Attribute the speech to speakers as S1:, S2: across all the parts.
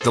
S1: The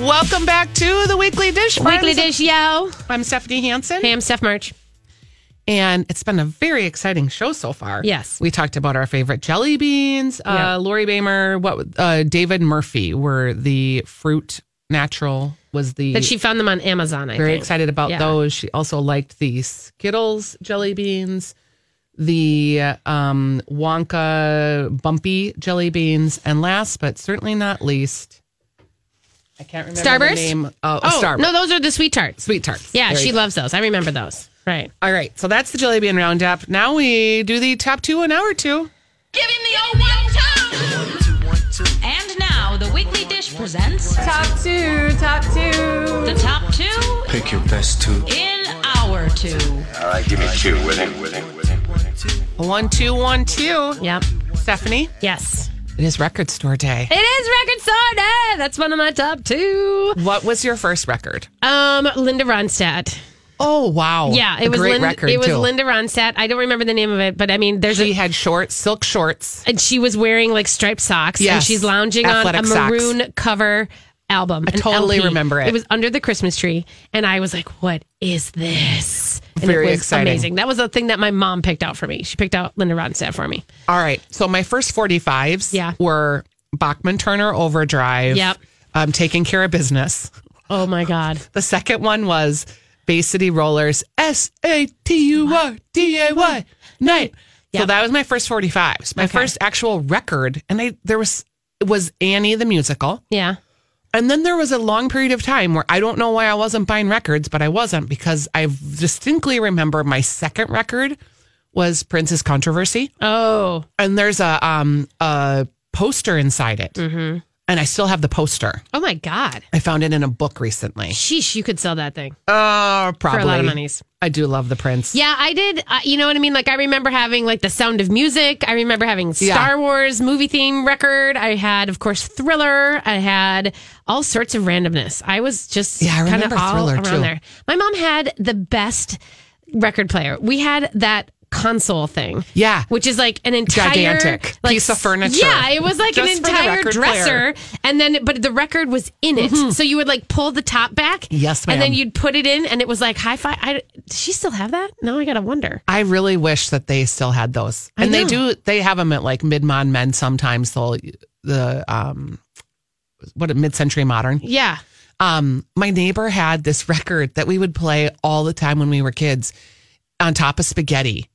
S2: Welcome back to the Weekly Dish. friends.
S3: Weekly dish, yo.
S2: I'm Stephanie Hansen,
S3: Hey, I'm Steph March.
S2: and it's been a very exciting show so far.
S3: Yes.
S2: we talked about our favorite jelly beans.
S3: Yeah.
S2: Uh, Lori Bamer, what uh, David Murphy were the fruit natural was the
S3: That she found them on Amazon. I
S2: very
S3: think.
S2: excited about
S3: Yeah.
S2: those. She also liked the Skittles jelly beans, the um, Wonka bumpy jelly beans, and last but certainly not least, I can't remember
S3: Starburst?
S2: the name. Uh,
S3: Oh,
S2: Starburst.
S3: no, those are the sweet tarts.
S2: sweet tarts.
S3: Yeah,
S2: There
S3: she
S2: you go.
S3: loves those. I remember those. Right.
S2: All right, so that's the jelly bean roundup. Now we do the top two in hour two.
S4: Give him the old one, two. And now the weekly dish presents top two, top two. The top two
S5: Pick your best two.
S4: in our two.
S6: All right, give me two with it, with it, with it, with it.
S2: One two one two.
S3: Yep.
S2: Stephanie,
S3: Yes.
S2: it is record store day.
S3: It is record store day. That's one of my top two.
S2: What was your first record?
S3: Um, Linda Ronstadt.
S2: Oh wow!
S3: Yeah, it
S2: A
S3: was
S2: great
S3: Linda.
S2: record.
S3: it was
S2: too.
S3: Linda Ronstadt. I don't remember the name of it, but I mean, there's
S2: She
S3: a.
S2: had shorts, silk shorts.
S3: And she was wearing like striped socks, and
S2: Yes.
S3: she's lounging on a
S2: Athletic socks.
S3: maroon cover album. I
S2: totally remember it.
S3: It was under the Christmas tree, and I was like, "What is this?" And
S2: Very
S3: it was
S2: exciting.
S3: amazing. That was the thing that my mom picked out for me. She picked out Linda Ronstadt for me.
S2: All right. So my first 45s
S3: Yeah.
S2: were Bachman Turner Overdrive.
S3: Yep.
S2: Um, taking care of business.
S3: Oh my god.
S2: The second one was Bay City Rollers. S A T U R D A Y night. So
S3: Yep.
S2: that was my first 45s. My first actual record, and I there was it was Annie the musical,
S3: Yeah.
S2: and then there was a long period of time where I don't know why I wasn't buying records, but I wasn't because I distinctly remember my second record was Prince's Controversy.
S3: Oh,
S2: and there's a um a poster inside it, and I still have the poster.
S3: oh my God.
S2: I found it in a book recently.
S3: Sheesh, you could sell that thing
S2: Oh, probably
S3: for a lot of monies.
S2: I do love the Prince.
S3: Yeah, I did. Uh, you know what I mean? Like, I remember having like The Sound of Music. I remember having Star
S2: Yeah.
S3: Wars movie theme record. I had, of course, Thriller. I had all sorts of randomness. I was just
S2: Yeah, I
S3: kind of
S2: remember
S3: all
S2: Thriller,
S3: around
S2: too.
S3: there. My mom had the best record player. We had that console thing.
S2: Yeah.
S3: Which is like an entire
S2: Gigantic
S3: like,
S2: piece of furniture.
S3: Yeah, it was like an
S2: Just for the
S3: entire
S2: record
S3: dresser.
S2: player.
S3: And then, but the record was in it. So you would like pull the top back.
S2: Mm-hmm. Yes,
S3: And then
S2: ma'am.
S3: you'd put it in, and it was like hi fi. I, does she still have that? Now I gotta wonder.
S2: I really wish that they still had those,
S3: I
S2: and they
S3: know.
S2: do. They have them at like Midmon Men sometimes. They'll the um what a mid-century modern.
S3: Yeah.
S2: Um, my neighbor had this record that we would play all the time when we were kids, on top of spaghetti.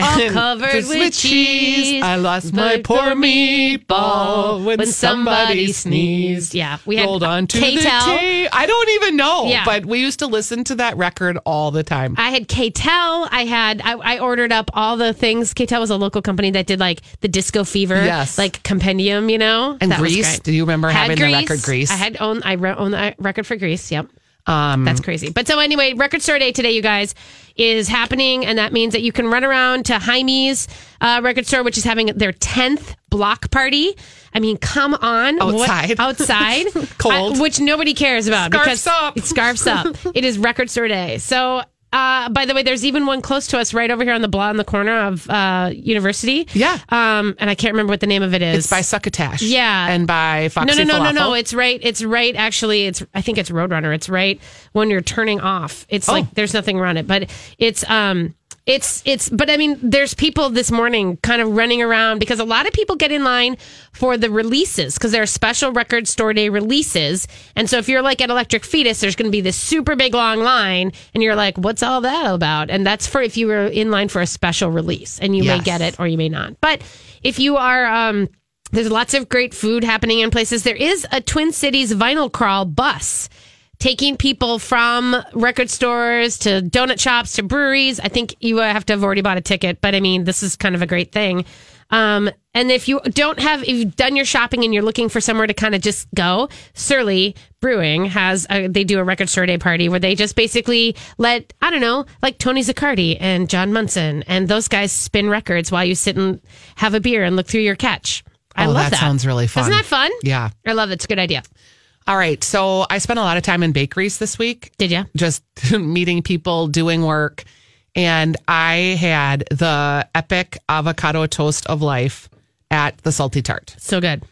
S3: All
S2: And
S3: covered
S2: just
S3: with cheese.
S2: I lost my
S3: But
S2: poor
S3: the
S2: meatball when, somebody sneezed.
S3: Yeah, we had
S2: rolled onto the
S3: K-Tel.
S2: tea. I don't even know,
S3: Yeah.
S2: but we used to listen to that record all the time.
S3: I had KTEL. I had I, I ordered up all the things. KTEL was a local company that did like the Disco Fever,
S2: Yes.
S3: like compendium, you know.
S2: And
S3: That was
S2: Grease?
S3: great.
S2: Do you remember having the record Grease?
S3: I had own I re- owned the uh, record for Grease. Yep.
S2: Um,
S3: That's crazy. But so anyway, Record Store Day today, you guys, is happening, and that means that you can run around to Jaime's uh, Record Store, which is having their tenth block party. I mean, come on, What-
S2: Outside.
S3: outside,
S2: Cold.
S3: I- which nobody cares about.
S2: Scarfs
S3: because
S2: up.
S3: It scarfs up. it is Record Store Day. So. Uh, by the way, there's even one close to us right over here on the block in the corner of uh, University.
S2: Yeah.
S3: Um, and I can't remember what the name of it is.
S2: it's by Succotash.
S3: Yeah.
S2: And by Foxy
S3: No, no, no, no, no.
S2: Falafel.
S3: It's right. It's right. Actually, it's. I think it's
S2: Oh.
S3: Roadrunner. It's right when you're turning off. It's like there's nothing around it, but it's um It's it's but I mean there's people this morning kind of running around because a lot of people get in line for the releases because there are special record store day releases. And so if you're like at Electric Fetus, there's going to be this super big long line and you're like what's all that about? And that's for if you were in line for a special release and you
S2: Yes.
S3: may get it or you may not. But if you are um there's lots of great food happening in places. There is a Twin Cities vinyl crawl bus taking people from record stores to donut shops to breweries. I think you have to have already bought a ticket, but I mean, this is kind of a great thing. Um, and if you don't have, if you've done your shopping and you're looking for somewhere to kind of just go, Surly Brewing has, a, they do a record store day party where they just basically let, I don't know, like Tony Zaccardi and John Munson and those guys spin records while you sit and have a beer and look through your catch. I
S2: Oh,
S3: love
S2: that
S3: that.
S2: sounds really fun.
S3: Isn't that fun?
S2: Yeah.
S3: I love it. It's a good idea.
S2: All right. So I spent a lot of time in bakeries this week.
S3: Did ya?
S2: Just meeting people, doing work. And I had the epic avocado toast of life at the Salty Tart.
S3: So good.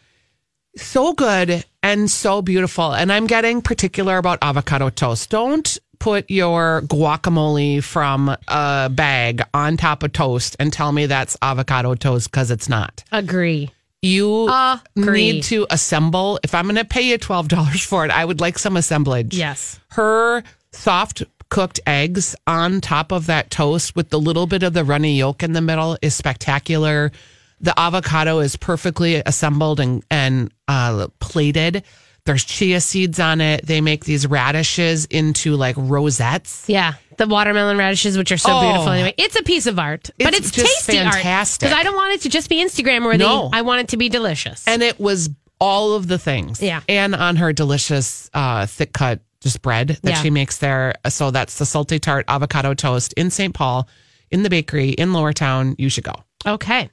S2: So good and so beautiful. And I'm getting particular about avocado toast. Don't put your guacamole from a bag on top of toast and tell me that's avocado toast because it's not
S3: Agree.
S2: you
S3: Agree.
S2: need to assemble. If I'm going to pay you twelve dollars for it, I would like some assemblage.
S3: Yes.
S2: her soft cooked eggs on top of that toast with the little bit of the runny yolk in the middle is spectacular. The avocado is perfectly assembled and and uh, plated. There's chia seeds on it. They make these radishes into like rosettes.
S3: Yeah. The watermelon radishes, which are so
S2: Oh.
S3: beautiful anyway. It's a piece of art, but
S2: It's
S3: it's,
S2: just
S3: tasty
S2: fantastic.
S3: Because I don't want it to just be Instagram worthy.
S2: No.
S3: I want it to be delicious.
S2: and it was all of the things.
S3: Yeah.
S2: and on her delicious uh, thick cut just bread that
S3: Yeah.
S2: she makes there. So that's the salty tart avocado toast in St. Paul, in the bakery in Lower Town. You should go.
S3: okay.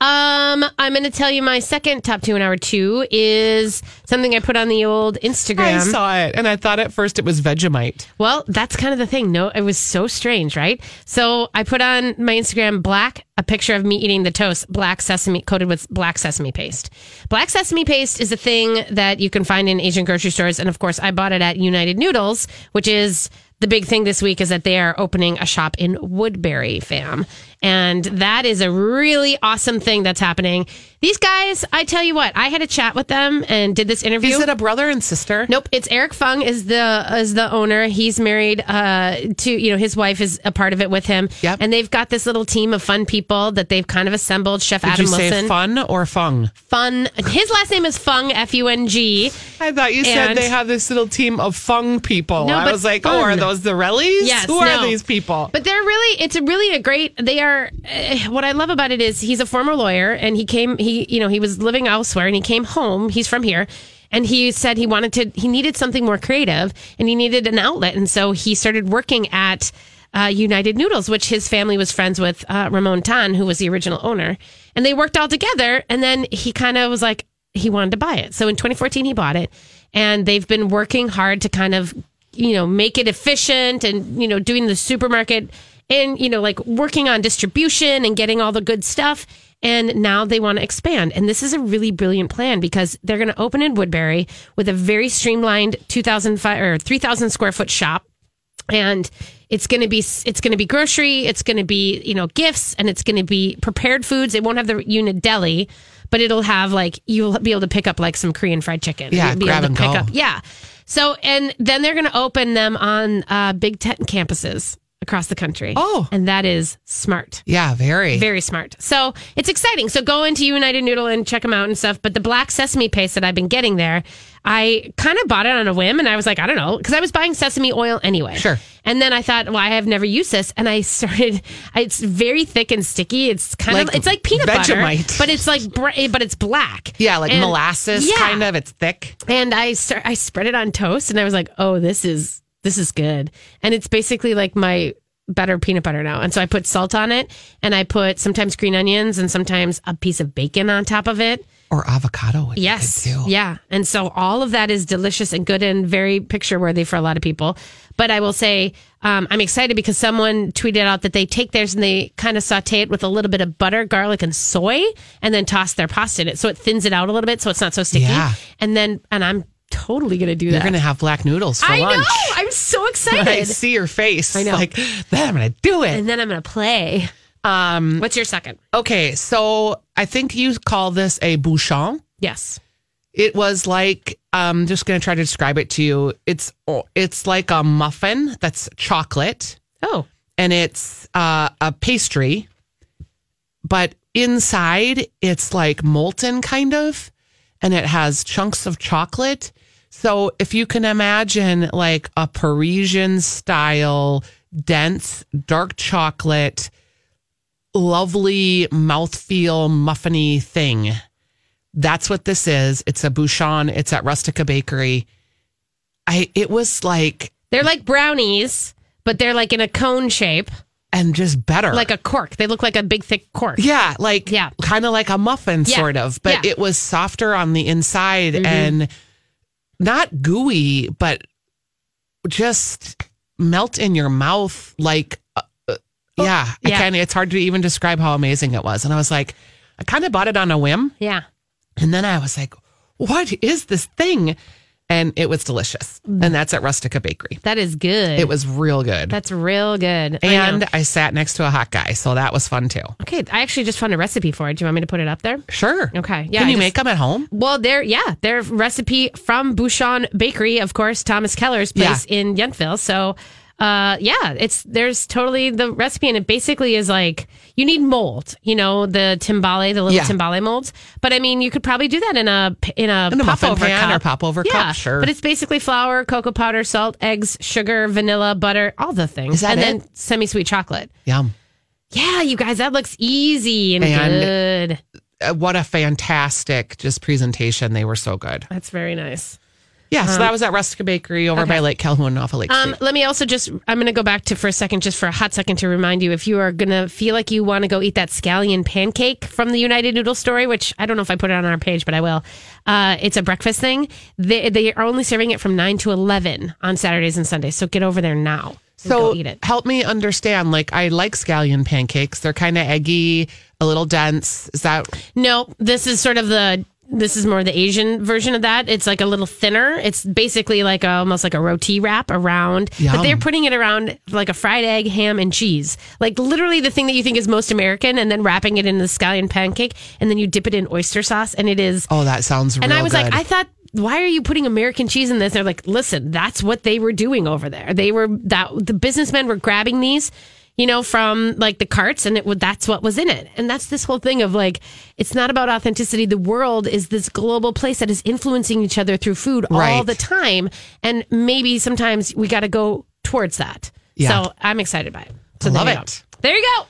S3: Um, I'm going to tell you my second top two in hour two is something I put on the old Instagram.
S2: I saw it, and I thought at first it was Vegemite.
S3: Well, that's kind of the thing. No, it was so strange, right? So I put on my Instagram black a picture of me eating the toast, black sesame coated with black sesame paste. Black sesame paste is a thing that you can find in Asian grocery stores, and of course, I bought it at United Noodles, which is the big thing this week is that they are opening a shop in Woodbury, fam. And that is a really awesome thing that's happening. These guys, I tell you what, I had a chat with them and did this interview.
S2: Is it a brother and sister?
S3: Nope, it's Eric Fung is the is the owner. He's married uh, to you know his wife is a part of it with him.
S2: Yep.
S3: And they've got this little team of fun people that they've kind of assembled. Chef
S2: Did
S3: Adam
S2: you say
S3: Wilson,
S2: fun or fung?
S3: fun. His last name is Fung F U N G.
S2: I thought you said
S3: And-
S2: they have this little team of fung people.
S3: No,
S2: I
S3: but
S2: was like, oh,
S3: fun.
S2: are those the Rellies?
S3: Yes,
S2: Who are
S3: no.
S2: these people?
S3: But they're really, it's a really a great. They are. Uh, what I love about it is he's a former lawyer, and he came. He you know he was living elsewhere, and he came home. He's from here, and he said he wanted to. He needed something more creative, and he needed an outlet, and so he started working at. Uh, United Noodles, which his family was friends with uh, Ramon Tan, who was the original owner, and they worked all together. And then he kind of was like, he wanted to buy it. So in 2014, he bought it, and they've been working hard to kind of you know make it efficient and you know doing the supermarket and you know like working on distribution and getting all the good stuff and now they want to expand and this is a really brilliant plan because they're going to open in woodbury with a very streamlined 2005 or 3000 square foot shop and it's going to be it's going to be grocery it's going to be you know gifts and it's going to be prepared foods it won't have the unit deli but it'll have like you'll be able to pick up like some korean fried chicken
S2: Yeah,
S3: You'll be
S2: grab
S3: able to
S2: and
S3: pick
S2: go.
S3: up yeah so and then they're going to open them on uh, big tent campuses across the country
S2: Oh.
S3: and that is smart
S2: yeah, very.
S3: very smart. So it's exciting. So go into United Noodle and check them out and stuff. But the black sesame paste that I've been getting there, I kind of bought it on a whim and I was like, I don't know, because I was buying sesame oil anyway.
S2: Sure.
S3: And then I thought, well, I have never used this. And I started, it's very thick and sticky. It's kind
S2: Like
S3: of, it's like peanut
S2: Vegemite.
S3: butter, but it's like, br- but it's black.
S2: Yeah, like
S3: And-
S2: molasses,
S3: Yeah.
S2: kind of. It's thick.
S3: And I start, I spread it on toast, and I was like, "Oh, this is this is good." And it's basically like my better peanut butter now. And so I put salt on it, and I put sometimes green onions, and sometimes a piece of bacon on top of it.
S2: Or avocado. would be
S3: Yes,
S2: good, too.
S3: yeah. And so all of that is delicious and good and very picture worthy for a lot of people. But I will say, um, I'm excited because someone tweeted out that they take theirs and they kind of saute it with a little bit of butter, garlic, and soy, and then toss their pasta in it, so it thins it out a little bit, so it's not so sticky
S2: Yeah.
S3: and then and I'm totally going to do
S2: You're
S3: that.
S2: going to have black noodles for
S3: I
S2: lunch.
S3: know. I'm so excited.
S2: I see your face.
S3: I know.
S2: Like, then I'm going to do it.
S3: and then I'm going to play. Um, What's your second?
S2: Okay, so I think you call this a bouchon.
S3: Yes.
S2: It was like I'm just going to try to describe it to you. It's oh, it's like a muffin that's chocolate
S3: Oh.
S2: and it's uh, a pastry, but inside it's like molten kind of, and it has chunks of chocolate. So if you can imagine like a Parisian style, dense, dark chocolate, lovely mouthfeel, muffiny thing. That's what this is. It's a Bouchon. It's at Rustica Bakery. I it was like
S3: They're like brownies, but they're like in a cone shape,
S2: and just better.
S3: like a cork. They look like a big, thick cork.
S2: Yeah, like
S3: Yeah.
S2: kind of like a muffin
S3: Yeah.
S2: sort of, but
S3: Yeah. Mm-hmm.
S2: it was softer on the inside and not gooey, but just melt in your mouth like uh, uh, yeah, I
S3: Oh, yeah.
S2: can't it's hard to even describe how amazing it was. And I was like I kind of bought it on a whim
S3: Yeah.
S2: and then I was like what is this thing? And it was delicious. And that's at Rustica Bakery.
S3: That is good.
S2: It was real good.
S3: Mm. That's real good. I
S2: and
S3: know.
S2: I sat next to a hot guy, so that was fun too.
S3: okay, I actually just found a recipe for it. Do you want me to put it up there?
S2: Sure.
S3: Okay. Yeah,
S2: Can
S3: I
S2: you
S3: just-
S2: make them at home?
S3: Well, they're yeah, their recipe from Bouchon Bakery, of course, Thomas Keller's place in Yountville. So, uh, yeah, it's there's totally the recipe, and it basically is like you need mold, you know, the timbale, the little
S2: Yeah.
S3: timbale molds. But I mean, you could probably do that in a in a,
S2: In a muffin
S3: popover
S2: pan
S3: cup.
S2: or popover cup,
S3: yeah,
S2: sure.
S3: But it's basically flour, cocoa powder, salt, eggs, sugar, vanilla, butter, all the things,
S2: Is that
S3: and
S2: it?
S3: then semi-sweet chocolate.
S2: Yum.
S3: Yeah, you guys, that looks easy and,
S2: And-
S3: good.
S2: uh, what a fantastic just presentation. They were so good.
S3: That's very nice.
S2: Yeah, so that was at Rustica Bakery over by Lake Calhoun off of Lake
S3: Um,
S2: Street.
S3: let me also just, I'm going to go back to for a second, just for a hot second to remind you if you are going to feel like you want to go eat that scallion pancake from the United Noodle Story, which I don't know if I put it on our page, but I will. Uh, it's a breakfast thing. They, they are only serving it from 9 to 11 on Saturdays and Sundays. So get over there now. and
S2: So
S3: go eat it.
S2: help me understand. Like I like scallion pancakes. They're kind of eggy, a little dense. Is that
S3: No, this is sort of the. This is more the Asian version of that. It's like a little thinner. It's basically like a, almost like a roti wrap around, but
S2: Yum.
S3: they're putting it around like a fried egg, ham, and cheese. Like literally the thing that you think is most American, and then wrapping it in the scallion pancake, and then you dip it in oyster sauce, and it is.
S2: oh that sounds
S3: and
S2: real
S3: I was
S2: good.
S3: like, I thought, why are you putting American cheese in this? They're like, listen, that's what they were doing over there. They were that the businessmen were grabbing these, you know, from like the carts, and it would that's what was in it. And that's this whole thing of like, it's not about authenticity. The world is this global place that is influencing each other through food all
S2: Right.
S3: the time, and maybe sometimes we got to go towards that.
S2: Yeah.
S3: So I'm excited by it. So
S2: I
S3: there
S2: love
S3: you go.
S2: it.
S3: There you go.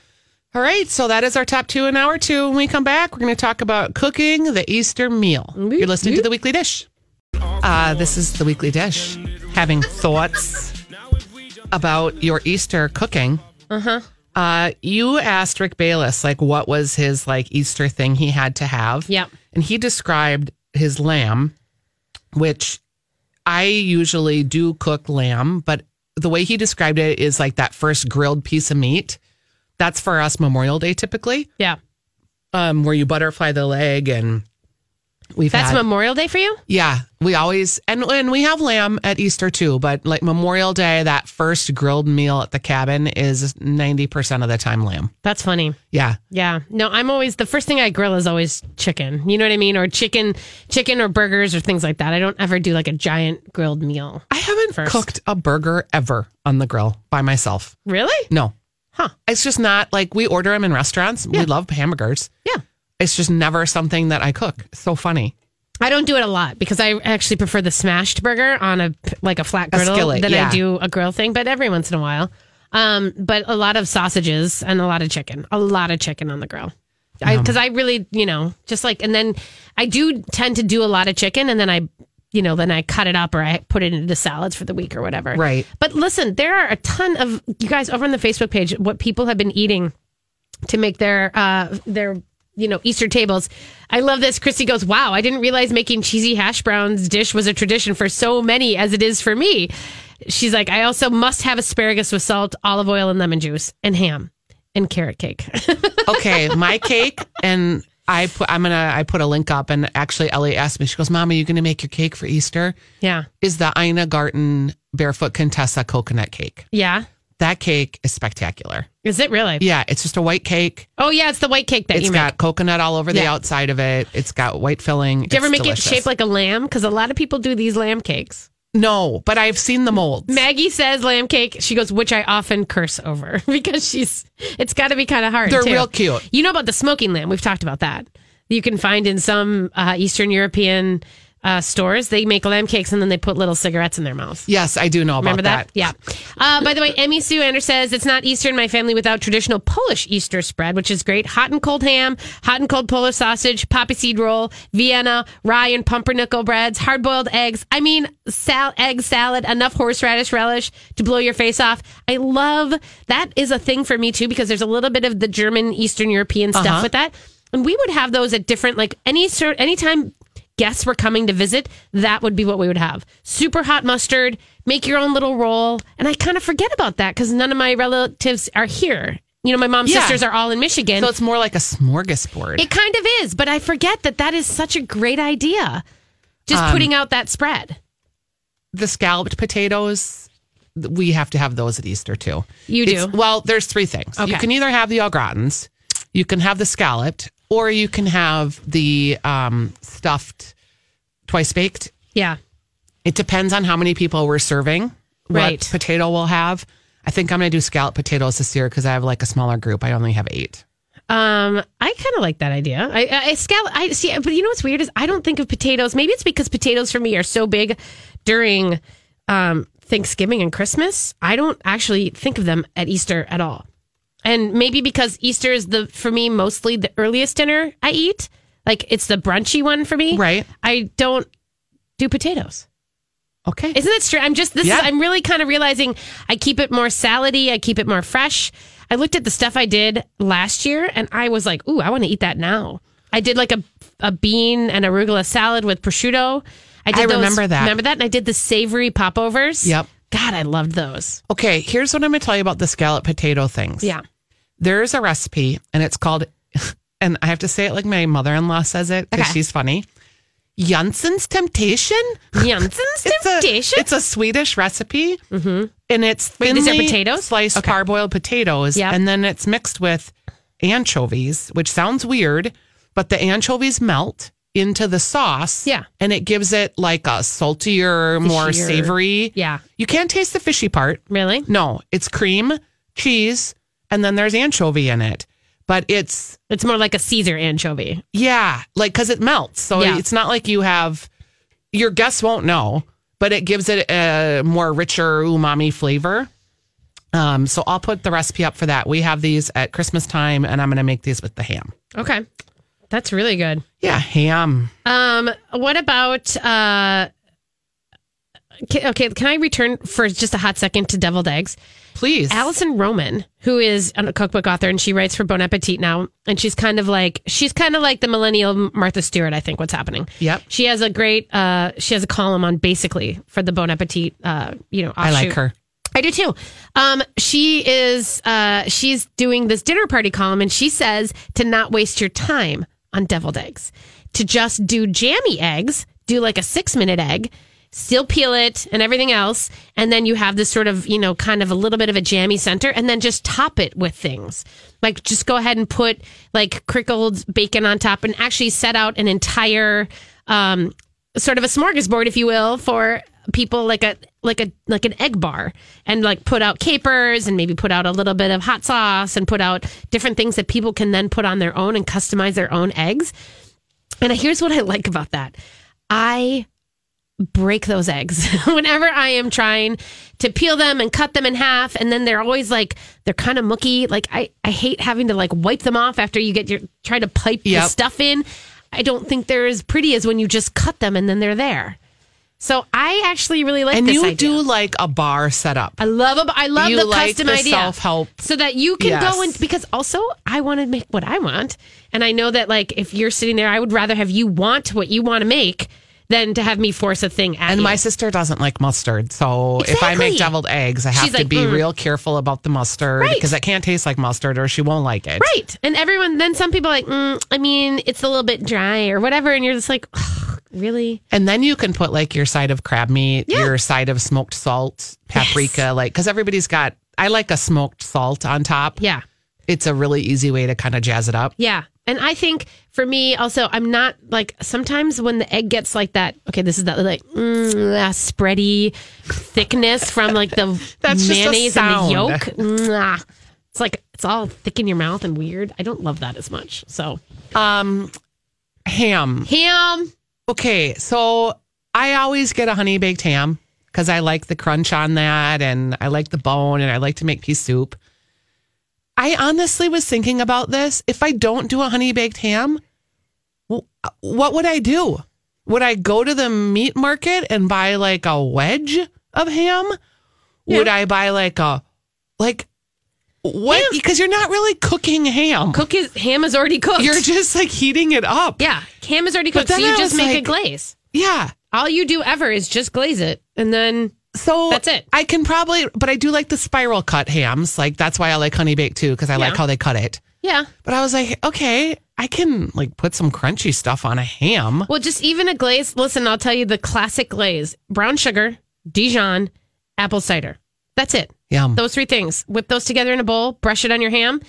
S2: All right, so that is our top two in hour two. When we come back, we're going to talk about cooking the Easter meal. You're listening to the Weekly Dish. Uh, this is the Weekly Dish. Having thoughts about your Easter cooking. Uh-huh. Uh You asked Rick Bayless like what was his like Easter thing he had to have.
S3: Yep.
S2: and he described his lamb, which I usually do cook lamb, but the way he described it is like that first grilled piece of meat. That's for us Memorial Day typically,
S3: Yeah.
S2: um, where you butterfly the leg and we've
S3: That's
S2: had
S3: Memorial Day for you?
S2: yeah we always and and we have lamb at Easter too, but like Memorial Day, that first grilled meal at the cabin is ninety percent of the time lamb.
S3: That's funny.
S2: Yeah,
S3: Yeah. No, I'm always the first thing I grill is always chicken. You know what I mean? Or chicken chicken or burgers or things like that. I don't ever do like a giant grilled meal.
S2: I haven't
S3: First.
S2: cooked a burger ever on the grill by myself.
S3: Really?
S2: No.
S3: Huh.
S2: It's just not like we order them in restaurants. We love hamburgers.
S3: Yeah.
S2: It's just never something that I cook. It's so funny.
S3: I don't do it a lot because I actually prefer the smashed burger on a like a flat griddle
S2: skillet,
S3: than I
S2: yeah.
S3: do a grill thing, but every once in a while. Um, but a lot of sausages and a lot of chicken. A lot of chicken on the grill. I cuz I really, you know, just like and then I do tend to do a lot of chicken and then I you know, then I cut it up or I put it into salads for the week or whatever.
S2: Right.
S3: But listen, there are a ton of you guys over on the Facebook page what people have been eating to make their uh their you know Easter tables. I love this. Christy goes, "Wow, I didn't realize making cheesy hash browns dish was a tradition for so many as it is for me." She's like, "I also must have asparagus with salt, olive oil, and lemon juice, and ham, and carrot cake."
S2: Okay. my cake and I put I'm gonna I put a link up and actually Ellie asked me, she goes, Mom, are you gonna make your cake for Easter?
S3: Yeah.
S2: Is the Ina Garten Barefoot Contessa coconut cake.
S3: Yeah.
S2: That cake is spectacular.
S3: Is it really?
S2: Yeah, it's just a white cake.
S3: Oh, yeah. It's the white cake that
S2: It's
S3: you
S2: got
S3: make.
S2: coconut all over the
S3: Yeah.
S2: outside of it. It's got white filling.
S3: Do you ever make it shaped like a lamb? Because a lot of people do these lamb cakes.
S2: No, but I've seen the molds.
S3: Maggie says lamb cake. She goes, which I often curse over because she's. It's got to be kind of hard.
S2: They're
S3: too.
S2: real cute.
S3: You know about the smoking lamb? We've talked about that. You can find in some uh, Eastern European uh, stores. They make lamb cakes and then they put little cigarettes in their mouths.
S2: Yes, I do know about
S3: Remember that? Yeah. Uh, by the way, Emmy Sue Anders says it's not Easter in my family without traditional Polish Easter spread, which is great. Hot and cold ham, hot and cold Polish sausage, poppy seed roll, Vienna, rye and pumpernickel breads, hard boiled eggs. I mean, sal- egg salad, enough horseradish relish to blow your face off. I love that is a thing for me too because there's a little bit of the German Eastern European stuff with that, and we would have those at different like any sort anytime guests were coming to visit, that would be what we would have. Super hot mustard, make your own little roll. And I kind of forget about that because none of my relatives are here. You know, my mom's
S2: Yeah.
S3: sisters are all in Michigan.
S2: So it's more like a smorgasbord.
S3: it kind of is, but I forget that that is such a great idea.
S2: Um,
S3: Just putting out that spread.
S2: the scalloped potatoes th- we have to have those at Easter too.
S3: You
S2: It's-
S3: do?
S2: Well, there's three things.
S3: Okay.
S2: You can either have the au gratins, you can have the scalloped, or you can have the um, stuffed twice baked.
S3: Yeah.
S2: It depends on how many people we're serving, what
S3: Right.
S2: potato we'll have. I think I'm going to do scalloped potatoes this year because I have like a smaller group. I only have eight.
S3: Um, I kind of like that idea. I, I, I scal- I see, but you know what's weird is I don't think of potatoes. Maybe it's because potatoes for me are so big during um, Thanksgiving and Christmas. I don't actually think of them at Easter at all, and maybe because Easter is the for me mostly the earliest dinner I eat. Like it's the brunchy one for me.
S2: Right.
S3: I don't do potatoes.
S2: Okay.
S3: Isn't that strange? I'm just this.
S2: Yeah.
S3: Is, I'm really kind of realizing I keep it more salady. I keep it more fresh. I looked at the stuff I did last year, and I was like, "Ooh, I want to eat that now." I did like a a bean and arugula salad with prosciutto. did
S2: I remember that.
S3: Remember that? And I did the savory popovers.
S2: Yep.
S3: God, I loved those.
S2: okay. Here's what I'm going to tell you about the scalloped potato things.
S3: Yeah.
S2: there is a recipe and it's called and I have to say it like my mother-in-law says it because
S3: Okay.
S2: she's funny. Janssen's Temptation.
S3: Janssen's
S2: It's a-
S3: temptation.
S2: It's a Swedish recipe, mm-hmm. and it's
S3: Wait,
S2: thinly
S3: these are potatoes?
S2: sliced parboiled potatoes,
S3: Yep.
S2: and then it's mixed with anchovies, which sounds weird, but the anchovies melt into the sauce,
S3: Yeah.
S2: and it gives it like a saltier, more
S3: Fishier.
S2: savory.
S3: Yeah.
S2: you can't taste the fishy part.
S3: really?
S2: No, it's cream, cheese, and then there's anchovy in it. But it's
S3: It's more like a Caesar anchovy.
S2: yeah, like because it melts, so
S3: Yeah.
S2: it's not like you have your guests won't know, but it gives it a more richer umami flavor. Um, so I'll put the recipe up for that. We have these at Christmas time, and I'm going to make these with the ham.
S3: Okay, that's really good.
S2: Yeah, ham.
S3: Um, what about uh? Can, okay, can I return for just a hot second to deviled eggs?
S2: Please,
S3: Allison Roman, who is a cookbook author and she writes for Bon Appetit now, and she's kind of like she's kind of like the millennial Martha Stewart. I think what's happening.
S2: Yep.
S3: She has a great uh, she has a column on basically for the Bon Appetit. Uh, you know,
S2: I like
S3: offshoot.
S2: her.
S3: I do too. Um, she is uh, she's doing this dinner party column, and she says to not waste your time on deviled eggs, to just do jammy eggs, do like a six minute egg, still peel it and everything else, and then you have this sort of you know kind of a little bit of a jammy center, and then just top it with things like just go ahead and put like crickled bacon on top, and actually set out an entire um, sort of a smorgasbord, if you will, for people like a like a like an egg bar and like put out capers and maybe put out a little bit of hot sauce and put out different things that people can then put on their own and customize their own eggs. And here's what I like about that. I break those eggs whenever I am trying to peel them and cut them in half. And then they're always like, they're kind of mucky. Like I, I hate having to like wipe them off after you get your, try to pipe the
S2: Yep.
S3: stuff in. I don't think they're as pretty as when you just cut them and then they're there. So I actually really like
S2: and
S3: this
S2: you
S3: idea.
S2: do like a bar setup.
S3: I love a, I love
S2: You
S3: the
S2: like
S3: custom
S2: the
S3: idea
S2: self-help.
S3: so that you can
S2: Yes.
S3: go and because also I want to make what I want, and I know that like if you're sitting there, I would rather have you want what you want to make than to have me force a thing at
S2: And
S3: you.
S2: my sister doesn't like mustard, so if I
S3: Exactly.
S2: make deviled eggs, I have
S3: She's
S2: to
S3: like,
S2: be
S3: "Mm."
S2: real careful about the mustard
S3: Right.
S2: because it can't taste like mustard, or she won't like it.
S3: Right. And everyone, then some people are like, mm, I mean, it's a little bit dry or whatever. And you're just like, "Ugh, really?
S2: And then you can put like your side of crab meat, your side of smoked salt, paprika, like because everybody's got. I like a smoked salt on top.
S3: Yeah.
S2: it's a really easy way to kind of jazz it up.
S3: Yeah. And I think for me also, I'm not like sometimes when the egg gets like that, okay, this is that like mm, ah, spready thickness from like the
S2: That's just a
S3: mayonnaise and the
S2: sound.
S3: yolk. Mm, ah. It's like, it's all thick in your mouth and weird. I don't love that as much. So,
S2: Ham.
S3: ham.
S2: Okay, so I always get a honey baked ham because I like the crunch on that, and I like the bone, and I like to make pea soup. I honestly was thinking about this. If I don't do a honey baked ham, wh- what would I do? Would I go to the meat market and buy like a wedge of ham? Would I buy like a like what? Because you're not really cooking ham.
S3: Cook is, ham is already cooked.
S2: You're just like heating it up.
S3: yeah. Ham is already cooked. So
S2: then
S3: you
S2: I
S3: just
S2: was
S3: make a
S2: like-
S3: glaze.
S2: Yeah.
S3: All you do ever is just glaze it. And then
S2: So
S3: That's it.
S2: I can probably, but I do like the spiral cut hams. Like that's why I like honey baked too, because I like
S3: Yeah.
S2: how they cut it.
S3: Yeah.
S2: But I was like, okay, I can like put some crunchy stuff on a ham.
S3: Well, just even a glaze. Listen, I'll tell you the classic glaze brown sugar, Dijon, apple cider. That's it.
S2: Yum.
S3: Those three things. Whip those together in a bowl, brush it on your ham,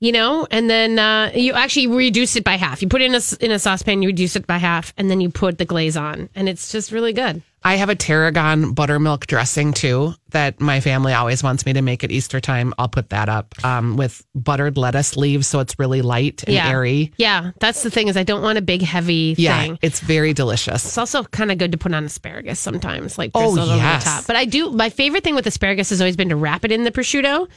S3: you know, and then uh, you actually reduce it by half. You put it in a, s- in a saucepan, you reduce it by half, and then you put the glaze on. And it's just really good.
S2: I have a tarragon buttermilk dressing too that my family always wants me to make at Easter time. I'll put that up um, with buttered lettuce leaves, so it's really light and
S3: yeah.
S2: airy.
S3: Yeah. That's the thing is I don't want a big, heavy
S2: Yeah,
S3: thing.
S2: it's very delicious.
S3: It's also kind of good to put on asparagus sometimes, like
S2: Oh,
S3: drizzled over the
S2: yes.
S3: top. But I do my favorite thing with asparagus has always been to wrap it in the prosciutto,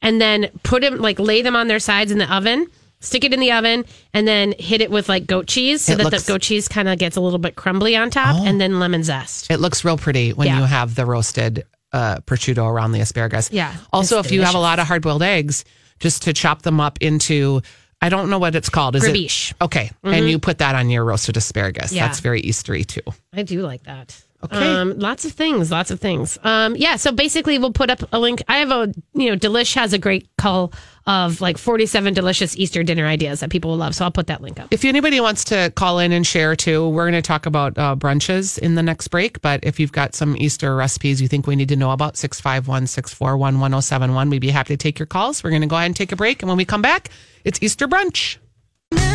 S3: and then put them like lay them on their sides in the oven, stick it in the oven, and then hit it with like goat cheese so
S2: It
S3: that
S2: looks- Oh.
S3: the goat cheese kind of gets a little bit crumbly on top, and then lemon zest.
S2: It looks real pretty when
S3: Yeah.
S2: you have the roasted uh, prosciutto around the asparagus.
S3: Yeah,
S2: Also,
S3: it's
S2: if you have a
S3: delicious.
S2: lot of hard boiled eggs, just to chop them up into, I don't know what it's called. Is
S3: Grabiche. Mm-hmm.
S2: it? Okay. And you put that on your roasted asparagus.
S3: Yeah.
S2: That's very Eastery too.
S3: I do like that.
S2: Okay.
S3: Um, lots of things, lots of things. Um, yeah. So basically, we'll put up a link. I have a, you know, Delish has a great call of like 47 delicious Easter dinner ideas that people will love. So I'll put that link up.
S2: If anybody wants to call in and share too, we're going to talk about uh, brunches in the next break. But if you've got some Easter recipes you think we need to know about, 651 641 1071, we'd be happy to take your calls. We're going to go ahead and take a break. And when we come back, it's Easter brunch.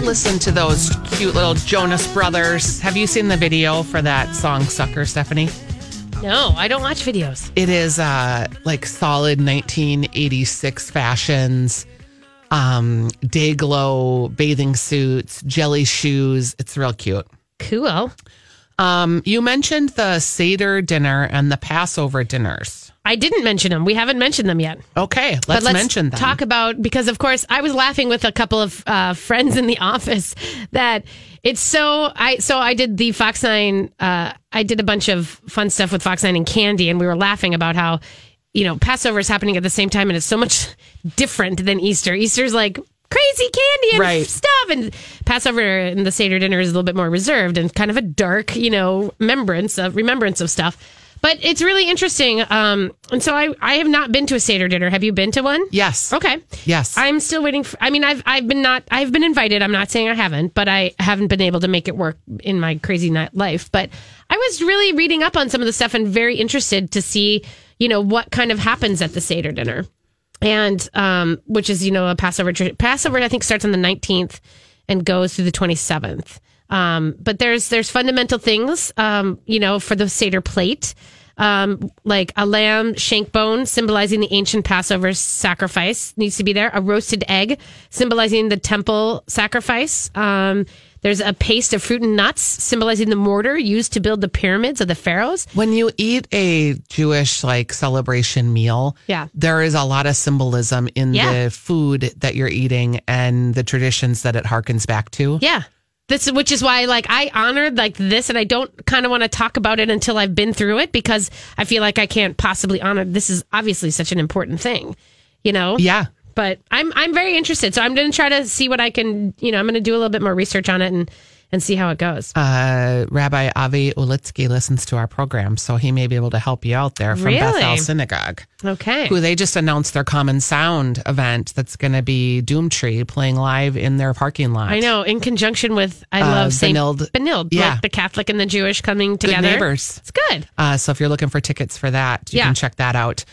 S2: Listen to those cute little Jonas Brothers. Have you seen the video for that song, Sucker, Stephanie?
S3: No, I don't watch videos.
S2: It is uh, like solid 1986 fashions, um, day glow bathing suits, jelly shoes. It's real cute.
S3: Cool.
S2: You mentioned the Seder dinner and the Passover dinners.
S3: I didn't mention them. We haven't mentioned them yet.
S2: Okay, let's,
S3: but let's
S2: mention them.
S3: talk about because of course I was laughing with a couple of uh, friends in the office that it's so I so I did the Fox Nine uh, I did a bunch of fun stuff with Fox Nine and Candy and we were laughing about how you know Passover is happening at the same time and it's so much different than Easter. Easter's like crazy candy and
S2: Right.
S3: stuff and Passover and the Seder dinner is a little bit more reserved and kind of a dark you know remembrance of remembrance of stuff. But it's really interesting. Um, and so I, I have not been to a Seder dinner. Have you been to one?
S2: yes.
S3: Okay.
S2: Yes.
S3: I'm still waiting for I mean I've I've been not I've been invited. I'm not saying I haven't, but I haven't been able to make it work in my crazy night life, but I was really reading up on some of the stuff and very interested to see, you know, what kind of happens at the Seder dinner. And um which is, you know, a Passover tra- Passover I think starts on the 19th and goes through the 27th. Um but there's there's fundamental things um you know for the Seder plate um, like a lamb shank bone symbolizing the ancient Passover sacrifice needs to be there. A roasted egg symbolizing the temple sacrifice. Um, there's a paste of fruit and nuts symbolizing the mortar used to build the pyramids of the pharaohs.
S2: When you eat a Jewish like celebration meal,
S3: Yeah.
S2: there is a lot of symbolism in
S3: Yeah.
S2: the food that you're eating and the traditions that it harkens back to.
S3: Yeah. This, which is why, like, I honored like this, and I don't kind of want to talk about it until I've been through it because I feel like I can't possibly honor. This is obviously such an important thing, you know.
S2: Yeah.
S3: but I'm I'm very interested. So I'm going to try to see what I can. You know, I'm going to do a little bit more research on it and and see how it goes.
S2: Uh, Rabbi Avi Ulitsky listens to our program, so he may be able to help you out there from
S3: Really?
S2: Bethel Synagogue.
S3: okay.
S2: Who they just announced their Common Sound event that's going to be Doomtree playing live in their parking lot.
S3: I know, in conjunction with I love Saint
S2: Uh, Benilde.
S3: Benilde,
S2: Yeah.
S3: like the Catholic and the Jewish coming
S2: Good
S3: together.
S2: neighbors.
S3: It's good.
S2: Uh, so if you're looking for tickets for that, you
S3: Yeah.
S2: can check that out.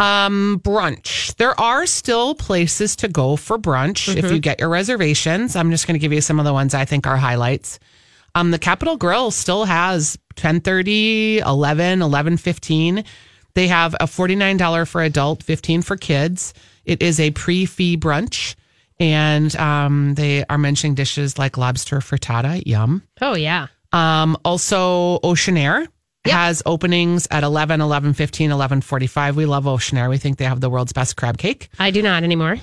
S2: Um, brunch. There are still places to go for brunch if you get your reservations. I'm just going to give you some of the ones I think are highlights. Um, the Capitol Grill still has 10:30, 11, 11:15. They have a $49 for adult, 15 for kids. It is a pre-fee brunch. And um, they are mentioning dishes like lobster frittata. Yum.
S3: Oh yeah.
S2: Um, also, Ocean Air has openings at 11, 11, 15, 11, 45. We love Ocean Air. We think they have the world's best crab cake.
S3: I do not anymore.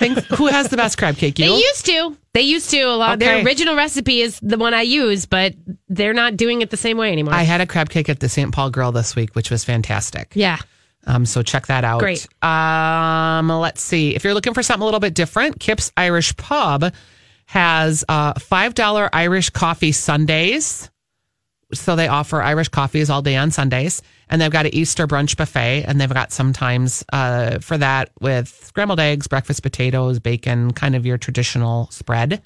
S2: Think, who has the best crab cake?
S3: They
S2: You?
S3: used to. They used to a lot.
S2: Okay.
S3: Their original recipe is the one I use, but they're not doing it the same way anymore.
S2: I had a crab cake at the St. Paul Grill this week, which was fantastic.
S3: yeah.
S2: Um, so check that out.
S3: Great.
S2: Um, let's see. If you're looking for something a little bit different, Kip's Irish Pub has uh, $5 Irish coffee Sundays. So they offer Irish coffees all day on Sundays. And they've got an Easter brunch buffet. And they've got sometimes uh, for that with scrambled eggs, breakfast potatoes, bacon, kind of your traditional spread.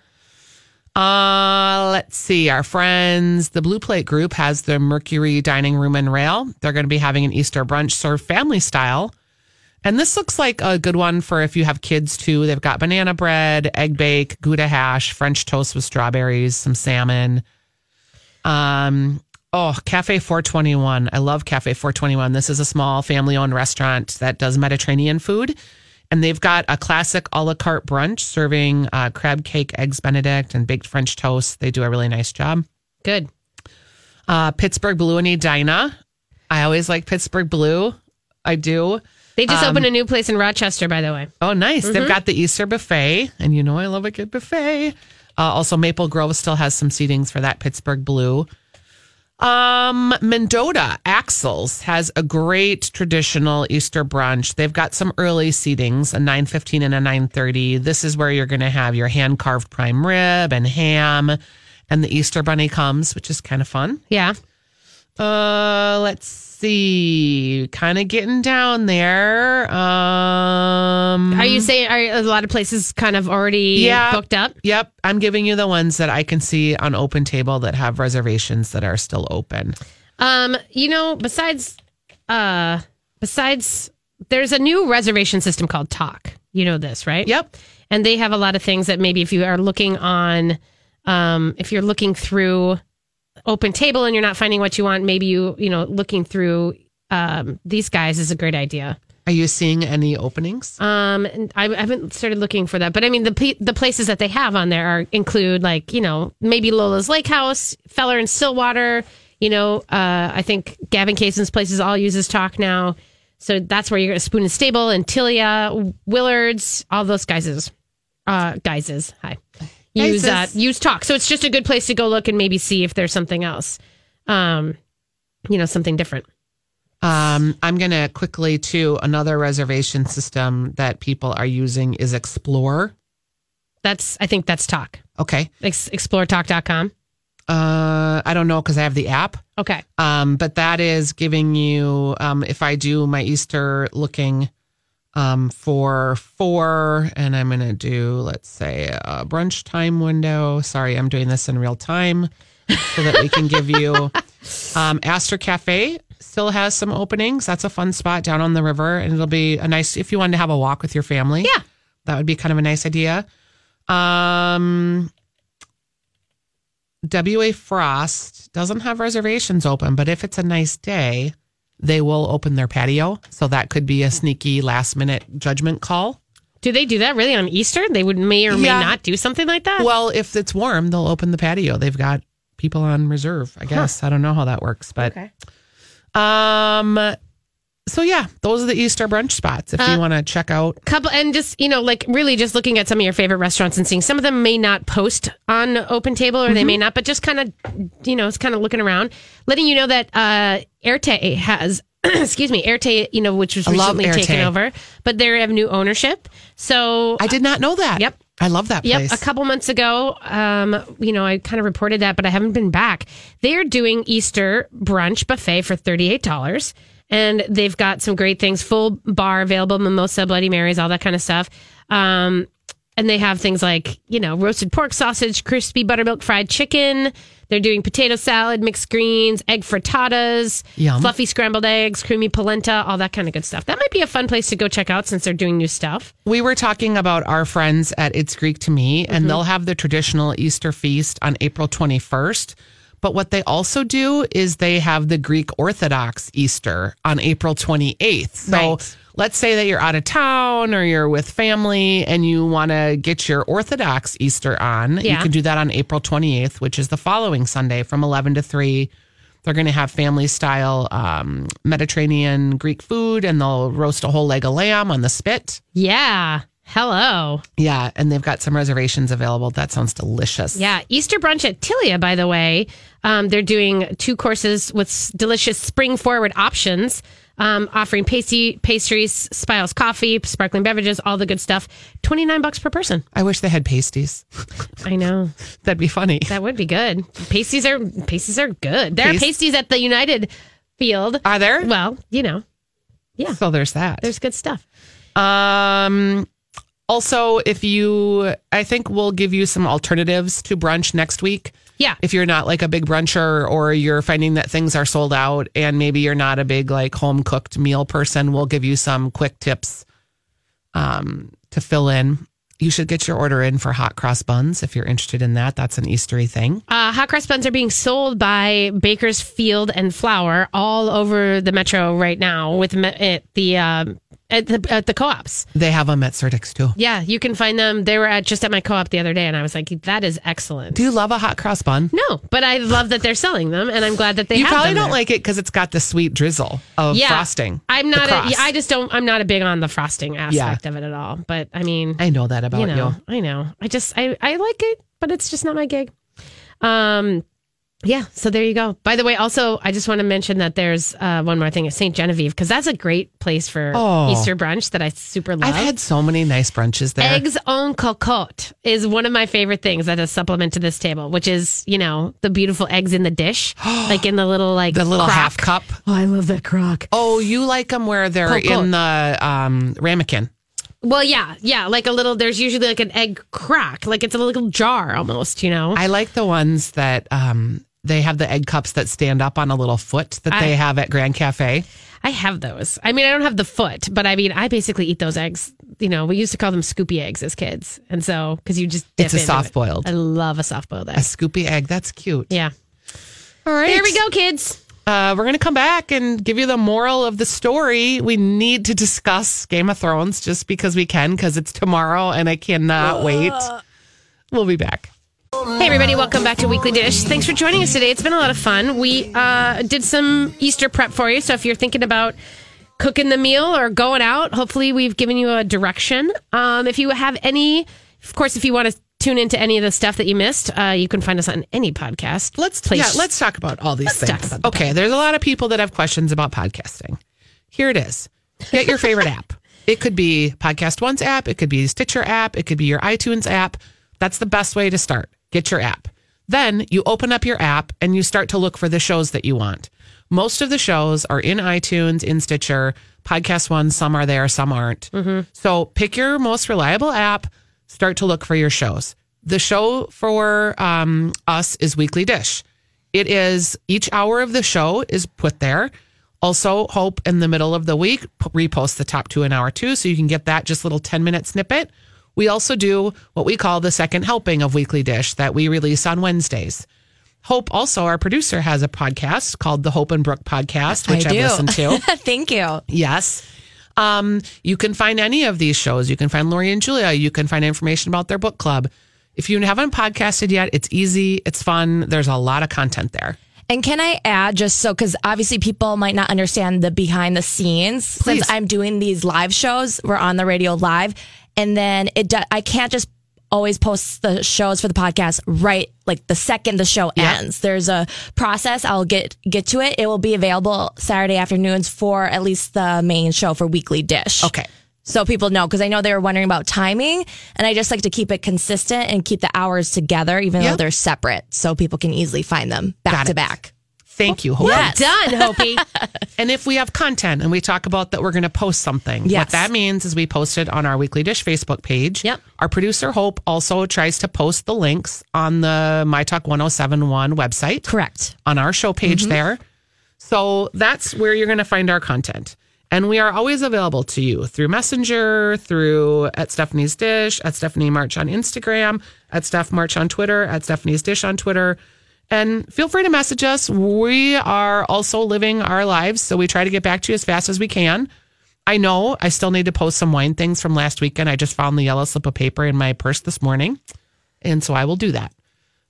S2: Uh, let's see. Our friends, the Blue Plate Group has the Mercury Dining Room and Rail. They're going to be having an Easter brunch served family style. And this looks like a good one for if you have kids too. They've got banana bread, egg bake, Gouda hash, French toast with strawberries, some salmon. Um, oh, Cafe 421. I love Cafe 421. This is a small family owned restaurant that does Mediterranean food. And they've got a classic a la carte brunch serving uh, crab cake, eggs benedict, and baked French toast. They do a really nice job.
S3: Good.
S2: Uh, Pittsburgh Blue and Edina. I always like Pittsburgh Blue. I do.
S3: They
S2: Um,
S3: just opened a new place in Rochester, by the way.
S2: Oh, nice. They've got the Easter buffet, and you know I love a good buffet. Uh, also, Maple Grove still has some seatings for that Pittsburgh Blue. Um, Mendota Axles has a great traditional Easter brunch. They've got some early seatings, a 9:15 and a 9:30. This is where you're going to have your hand-carved prime rib and ham, and the Easter bunny comes, which is kind of fun.
S3: Yeah.
S2: Uh, let's see. Kind of getting down there. Um,
S3: Are you saying are a lot of places kind of already
S2: Yeah.
S3: booked up?
S2: Yep, I'm giving you the ones that I can see on Open Table that have reservations that are still open.
S3: Um, you know, besides uh besides there's a new reservation system called Talk. You know this, right?
S2: Yep.
S3: And they have a lot of things that maybe if you are looking on um if you're looking through open table and you're not finding what you want, maybe you, you know, looking through um these guys is a great idea.
S2: Are you seeing any openings?
S3: Um, and I, I haven't started looking for that, but I mean the pe- the places that they have on there are include like you know maybe Lola's Lake House, Feller and Stillwater. You know, uh, I think Gavin Kaysen's places all uses talk now, so that's where you're going to Spoon and Stable and Tilia, Willards, all those guys, uh, guys, hi, use uh,
S2: Guises.
S3: use talk. So it's just a good place to go look and maybe see if there's something else, um, you know, something different.
S2: Um, I'm going to quickly to another reservation system that people are using is Explore.
S3: That's I think that's talk.
S2: Okay.
S3: Ex- ExploreTalk.com.
S2: Uh, I don't know because I have the app.
S3: Okay.
S2: Um, but that is giving you, um, if I do my Easter looking um, for four, and I'm going to do, let's say, a brunch time window. Sorry, I'm doing this in real time so that we can give you. Um, Astor Cafe still has some openings. That's a fun spot down on the river, and it'll be a nice, if you wanted to have a walk with your family.
S3: Yeah.
S2: That would be kind of a nice idea. Um, W.A. Frost doesn't have reservations open, but if it's a nice day, they will open their patio. So that could be a sneaky last minute judgment call.
S3: Do they do that really on Easter? They would may or may
S2: Yeah.
S3: not do something like that.
S2: Well, if it's warm, they'll open the patio. They've got people on reserve, I guess. I don't know how that works, but um so yeah, those are the Easter brunch spots if
S3: Uh,
S2: you want to check out.
S3: couple and just you know like really just looking at some of your favorite restaurants and seeing some of them may not post on open table or they
S2: Mm-hmm.
S3: may not but just kind of you know it's kind of looking around letting you know that uh airte has excuse me airte you know which was
S2: I love
S3: recently taken
S2: Airte.
S3: over but they have new ownership so
S2: I did not know that.
S3: Yep.
S2: I love that
S3: Yep,
S2: place.
S3: a couple months ago, um, you know, I kind of reported that, but I haven't been back. They are doing Easter brunch buffet for $38. And they've got some great things full bar available, mimosa, Bloody Marys, all that kind of stuff. Um, and they have things like, you know, roasted pork sausage, crispy buttermilk fried chicken. They're doing potato salad, mixed greens, egg frittatas,
S2: Yum.
S3: fluffy scrambled eggs, creamy polenta, all that kind of good stuff. That might be a fun place to go check out since they're doing new stuff.
S2: we were talking about our friends at It's Greek to Me,
S3: Mm-hmm.
S2: and they'll have the traditional Easter feast on April 21st. But what they also do is they have the Greek Orthodox Easter on April 28th. So
S3: Right.
S2: let's say that you're out of town or you're with family and you want to get your Orthodox Easter on. You
S3: Yeah.
S2: can do that on April 28th, which is the following Sunday from 11 to 3. They're going to have family style um, Mediterranean Greek food and they'll roast a whole leg of lamb on the spit.
S3: Yeah. Hello.
S2: Yeah, and they've got some reservations available. That sounds delicious.
S3: Yeah, Easter brunch at Tilia, by the way. Um, they're doing two courses with s- delicious spring forward options, um, offering pasty, pastries, Spiles coffee, sparkling beverages, all the good stuff. 29 bucks per person.
S2: I wish they had pasties.
S3: I know.
S2: That'd be funny.
S3: That would be good. Pasties are pasties are good. There are
S2: Pas-
S3: pasties at the United Field.
S2: Are there?
S3: Well, you know,
S2: so there's that.
S3: there's good stuff.
S2: um also if you I think we'll give you some alternatives to brunch next week.
S3: Yeah.
S2: If you're not like a big bruncher or you're finding that things are sold out and maybe you're not a big like home cooked meal person, we'll give you some quick tips um to fill in. You should get your order in for hot cross buns if you're interested in that. That's an Eastery thing.
S3: Uh, hot cross buns are being sold by Bakersfield and Flour all over the metro right now with me- at the um, at the at the co-ops.
S2: They have them at Certix too.
S3: Yeah, you can find them. They were at just at my co-op the other day, and I was like, "That is excellent."
S2: Do you love a hot cross bun?
S3: no, but I love that they're selling them, and I'm glad that they.
S2: you
S3: have
S2: probably
S3: them
S2: don't
S3: there.
S2: like it because it's got the sweet drizzle of frosting.
S3: I'm
S2: the
S3: not.
S2: cross.
S3: A, I just don't. I'm not a big on the frosting aspect of it at all. But I mean,
S2: I know that about you.
S3: you know, I know. I just I I like it, but it's just not my gig. Um yeah, so there you go. By the way, also I just want to mention that there's uh, one more thing at St. Genevieve because that's a great place for
S2: Oh.
S3: Easter brunch that I super love.
S2: I've had so many nice brunches there.
S3: Eggs en cocotte is one of my favorite things that is supplement to this table, which is you know the beautiful eggs in the dish, like in the little like
S2: the little
S3: crock.
S2: half cup.
S3: Oh, I love that crock.
S2: Oh, you like them where they're
S3: Cold, cold.
S2: in the um, ramekin.
S3: Well, yeah, yeah, like a little. There's usually like an egg crock, like it's a little jar almost, you know.
S2: I like the ones that um, they have the egg cups that stand up on a little foot that they have at Grand Cafe.
S3: I have those. I mean, I don't have the foot, but I mean, I basically eat those eggs. You know, we used to call them scoopy eggs as kids, and so because you just dip
S2: It's a
S3: into it.
S2: soft-boiled.
S3: I love a soft boiled
S2: A
S3: egg.
S2: scoopy egg. That's cute.
S3: Yeah.
S2: All right.
S3: Here we go, kids.
S2: Uh, we're going to come back and give you the moral of the story. We need to discuss Game of Thrones just because we can, because it's tomorrow and I cannot wait. We'll be back.
S3: Hey, everybody, welcome back to Weekly Dish. Thanks for joining us today. It's been a lot of fun. We uh, did some Easter prep for you, so if you're thinking about cooking the meal or going out, hopefully we've given you a direction. Um, if you have any, of course, if you want to tune into any of the stuff that you missed, uh, you can find us on any podcast.
S2: Let's
S3: place.
S2: yeah, let's talk about all these
S3: talk
S2: things.
S3: about the
S2: okay, there's a lot of people that have questions about podcasting. Here it is. Get your favorite app. It could be Podcast One's app, it could be Stitcher app, it could be your iTunes app. That's the best way to start. Get your app. Then you open up your app and you start to look for the shows that you want. Most of the shows are in iTunes, in Stitcher, Podcast One, some are there, some aren't.
S3: Mm-hmm.
S2: So pick your most reliable app, start to look for your shows. The show for um, us is Weekly Dish. It is each hour of the show is put there. Also, Hope in the middle of the week p- reposts the top two an hour too, so you can get that just little 10 minute snippet. We also do what we call the second helping of Weekly Dish that we release on Wednesdays. Hope also, our producer, has a podcast called the Hope and Brooke Podcast, which
S5: I
S2: I've
S5: do.
S2: listened to.
S5: Thank you.
S2: Yes. Um, you can find any of these shows. You can find Lori and Julia. You can find information about their book club. If you haven't podcasted yet, it's easy, it's fun. There's a lot of content there.
S5: And can I add just so because obviously people might not understand the behind the scenes
S2: Please.
S5: since I'm doing these live shows, we're on the radio live, and then it do, I can't just always post the shows for the podcast right like the second the show ends. There's a process. I'll get get to it. It will be available Saturday afternoons for at least the main show for Weekly Dish.
S2: Okay.
S5: so people know because I know they were wondering about timing, and I just like to keep it consistent and keep the hours together, even though
S2: Yep.
S5: they're separate, so people can easily find them back
S2: Got
S5: to
S2: it.
S5: back.
S2: Thank you. Hope.
S5: Yes.
S3: Done, Hopi.
S2: And if we have content and we talk about that, we're going to post something.
S5: Yes.
S2: What that means is we post it on our Weekly Dish Facebook page.
S3: Yep.
S2: Our producer, Hope, also tries to post the links on the My Talk 1071 website.
S5: Correct.
S2: on our show page there. So that's where you're going to find our content. And we are always available to you through Messenger, through at Stephanie's Dish, at Stephanie March on Instagram, at Steph March on Twitter, at Stephanie's Dish on Twitter. And feel free to message us. We are also living our lives, so we try to get back to you as fast as we can. I know I still need to post some wine things from last weekend. I just found the yellow slip of paper in my purse this morning. And so I will do that.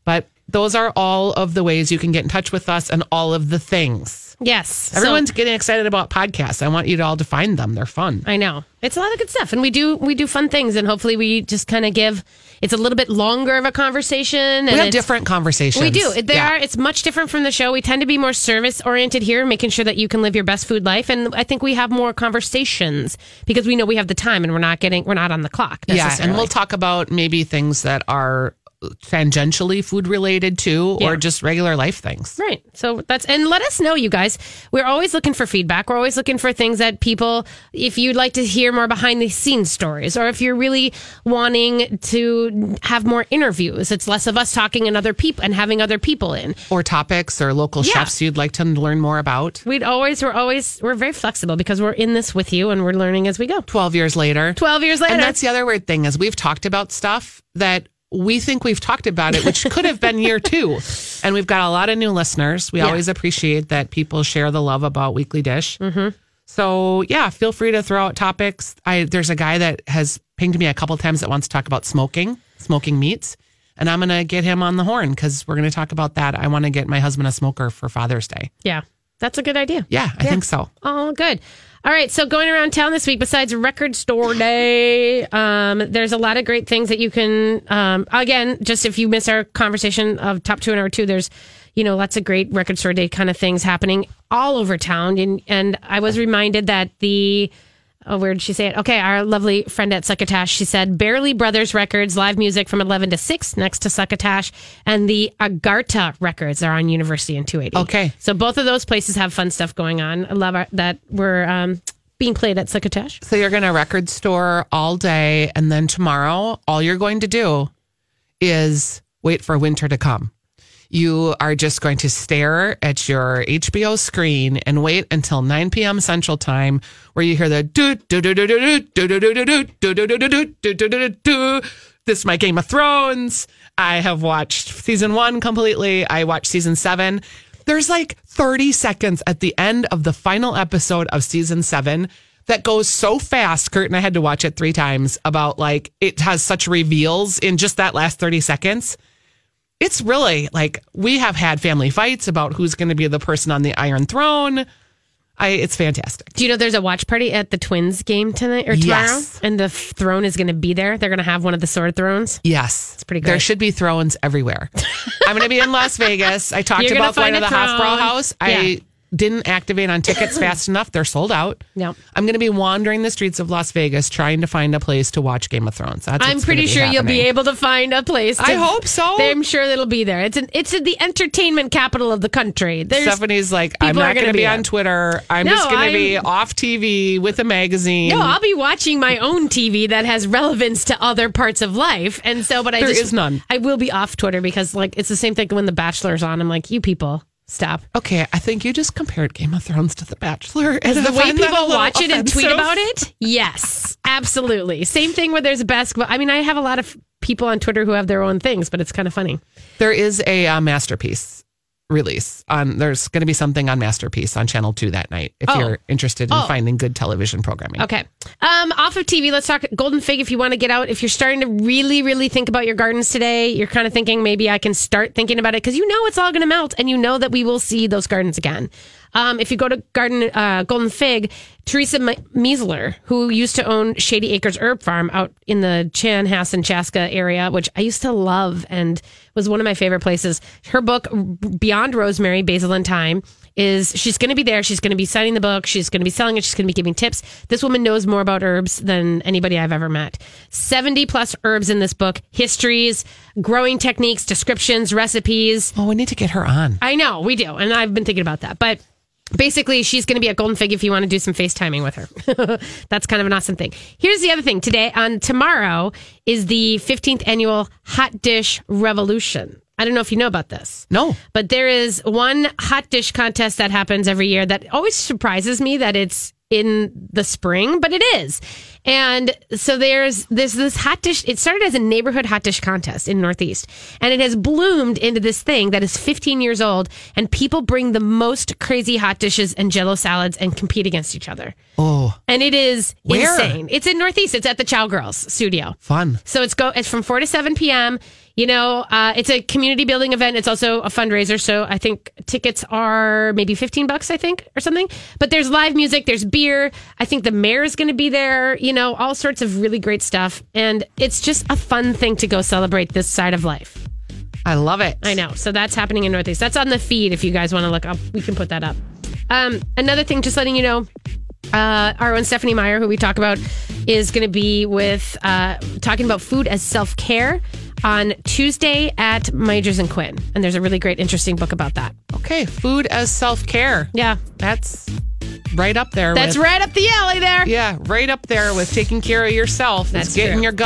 S2: But those are all of the ways you can get in touch with us and all of the things.
S3: yes.
S2: Everyone's getting excited about podcasts. I want you to all to find them. They're fun.
S3: I know. It's a lot of good stuff. And we do we do fun things and hopefully we just kind of give it's a little bit longer of a conversation. And
S2: We have
S3: it's-
S2: different conversations.
S3: We do. It- They
S2: Yeah.
S3: are it's much different from the show. We tend to be more service oriented here, making sure that you can live your best food life. And I think we have more conversations because we know we have the time and we're not getting we're not on the clock
S2: Yeah, and
S3: necessarily.
S2: we'll talk about maybe things that are tangentially food related too, or
S3: Yeah.
S2: just regular life things.
S3: Right. So that's and let us know, you guys. We're always looking for feedback. We're always looking for things that people, if you'd like to hear more behind the scenes stories, or if you're really wanting to have more interviews, it's less of us talking and other people and having other people in.
S2: Or topics or local
S3: Yeah.
S2: chefs you'd like to learn more about.
S3: We'd always, we're always, we're very flexible because we're in this with you and we're learning as we go.
S2: 12 years later.
S3: 12 years later.
S2: And that's the other weird thing is we've talked about stuff that we think we've talked about it, which could have been year two. And we've got a lot of new listeners. We always appreciate that people share the love about Weekly Dish. So yeah, feel free to throw out topics. I there's a guy that has pinged me a couple times that wants to talk about smoking, smoking meats, and I'm gonna get him on the horn because we're gonna talk about that. I want to get my husband a smoker for Father's Day.
S3: yeah. That's a good idea.
S2: Yeah, I think so.
S3: Oh, good. All right. So going around town this week, besides Record Store Day, um, there's a lot of great things that you can. Um, again, just if you miss our conversation of top two and hour two, there's you know lots of great Record Store Day kind of things happening all over town. And and I was reminded that the oh, where did she say it? Okay, our lovely friend at Succotash, she said, Barely Brothers Records, live music from 11 to 6 next to Succotash, and the Agarta Records are on University and 280.
S2: Okay.
S3: So both of those places have fun stuff going on. I love our, that we're um, being played at Succotash.
S2: So you're going to record store all day, and then tomorrow, all you're going to do is wait for winter to come. You are just going to stare at your HBO screen and wait until 9 p.m. Central Time, where you hear the do do do do do do do do do do do do do do do do do do do. This is my Game of Thrones. I have watched season one completely. I watched season seven. There's like 30 seconds at the end of the final episode of season seven that goes so fast. Kurt and I had to watch it three times about like it has such reveals in just that last 30 seconds. It's really like we have had family fights about who's going to be the person on the Iron Throne. I, it's fantastic.
S3: Do you know there's a watch party at the Twins game tonight or tomorrow?
S2: Yes.
S3: And the throne is going to be there. They're going to have one of the sword thrones.
S2: Yes. It's
S3: pretty
S2: There
S3: great.
S2: should be thrones everywhere. I'm going to be in Las Vegas. I talked
S3: You're gonna
S2: about going
S3: find
S2: to the
S3: a
S2: Hofbrauhaus.
S3: throne.
S2: House. I
S3: Yeah.
S2: didn't activate on tickets fast enough. They're sold out.
S3: Yep.
S2: I'm going to be wandering the streets of Las Vegas trying to find a place to watch Game of Thrones. That's
S3: I'm
S2: what's
S3: pretty
S2: gonna
S3: sure you'll be
S2: happening.
S3: able to find a place. to-
S2: I hope so.
S3: I'm sure it'll be there. It's an, it's in the entertainment capital of the country. There's,
S2: Stephanie's like, I'm
S3: people
S2: not
S3: are gonna
S2: going to be,
S3: be
S2: on
S3: there."
S2: Twitter. I'm
S3: No,
S2: just going to be
S3: I'm-
S2: off TV with a magazine.
S3: No, I'll be watching my own TV that has relevance to other parts of life, and so. But I
S2: There
S3: just,
S2: is none.
S3: I will be off Twitter because, like, it's the same thing when The Bachelor's on. I'm like, you people, stop.
S2: okay, I think you just compared Game of Thrones to The Bachelor. And
S3: The
S2: I
S3: way
S2: find that a
S3: people
S2: little
S3: watch it and tweet
S2: offensive.
S3: about it, yes, absolutely. Same thing where there's a basketball. I mean, I have a lot of people on Twitter who have their own things, but it's kind of funny.
S2: There is a uh, masterpiece release on. There's going to be something on Masterpiece on Channel Two that night. If
S3: Oh.
S2: you're interested in
S3: Oh.
S2: finding good television programming,
S3: Okay. Um, off of TV, let's talk Golden Fig if you want to get out. If you're starting to really, really think about your gardens today, you're kind of thinking maybe I can start thinking about it because you know it's all going to melt and you know that we will see those gardens again. Um, if you go to Garden uh, Golden Fig, Teresa Me- Meisler, who used to own Shady Acres Herb Farm out in the Chanhassen Chaska area, which I used to love and was one of my favorite places. Her book, Beyond Rosemary, Basil, and Thyme, is she's going to be there. She's going to be signing the book. She's going to be selling it. She's going to be giving tips. This woman knows more about herbs than anybody I've ever met. 70 plus herbs in this book, histories, growing techniques, descriptions, recipes.
S2: Oh, we need to get her on.
S3: I know we do, and I've been thinking about that. But basically, she's going to be at Golden Fig if you want to do some FaceTiming with her. That's kind of an awesome thing. Here's the other thing today on tomorrow is the 15th annual Hot Dish Revolution. I don't know if you know about this.
S2: No.
S3: But there is one hot dish contest that happens every year that always surprises me that it's in the spring, but it is. And so there's this this hot dish. It started as a neighborhood hot dish contest in Northeast, and it has bloomed into this thing that is 15 years old. And people bring the most crazy hot dishes and Jello salads and compete against each other.
S2: Oh,
S3: And it is
S2: Where?
S3: insane. It's in Northeast. It's at the Chow Girls Studio.
S2: fun.
S3: So it's go. It's from four to seven p.m. You know, uh, it's a community building event. It's also a fundraiser. So I think tickets are maybe fifteen bucks, I think, or something. But there's live music. There's beer. I think the mayor is going to be there. You know, all sorts of really great stuff. And it's just a fun thing to go celebrate this side of life.
S2: I love it.
S3: I know. So that's happening in Northeast. That's on the feed. If you guys want to look up, we can put that up. Um, another thing, just letting you know, uh, our own Stephanie Meyer, who we talk about, is going to be with uh, talking about food as self care on Tuesday at Majors and Quinn. And there's a really great, interesting book about that.
S2: Okay, food as self care.
S3: Yeah,
S2: That's right up there.
S3: that's
S2: with,
S3: right up the alley there.
S2: Yeah, right up there with taking care of yourself. That's
S3: That's
S2: getting
S3: true.
S2: your gut.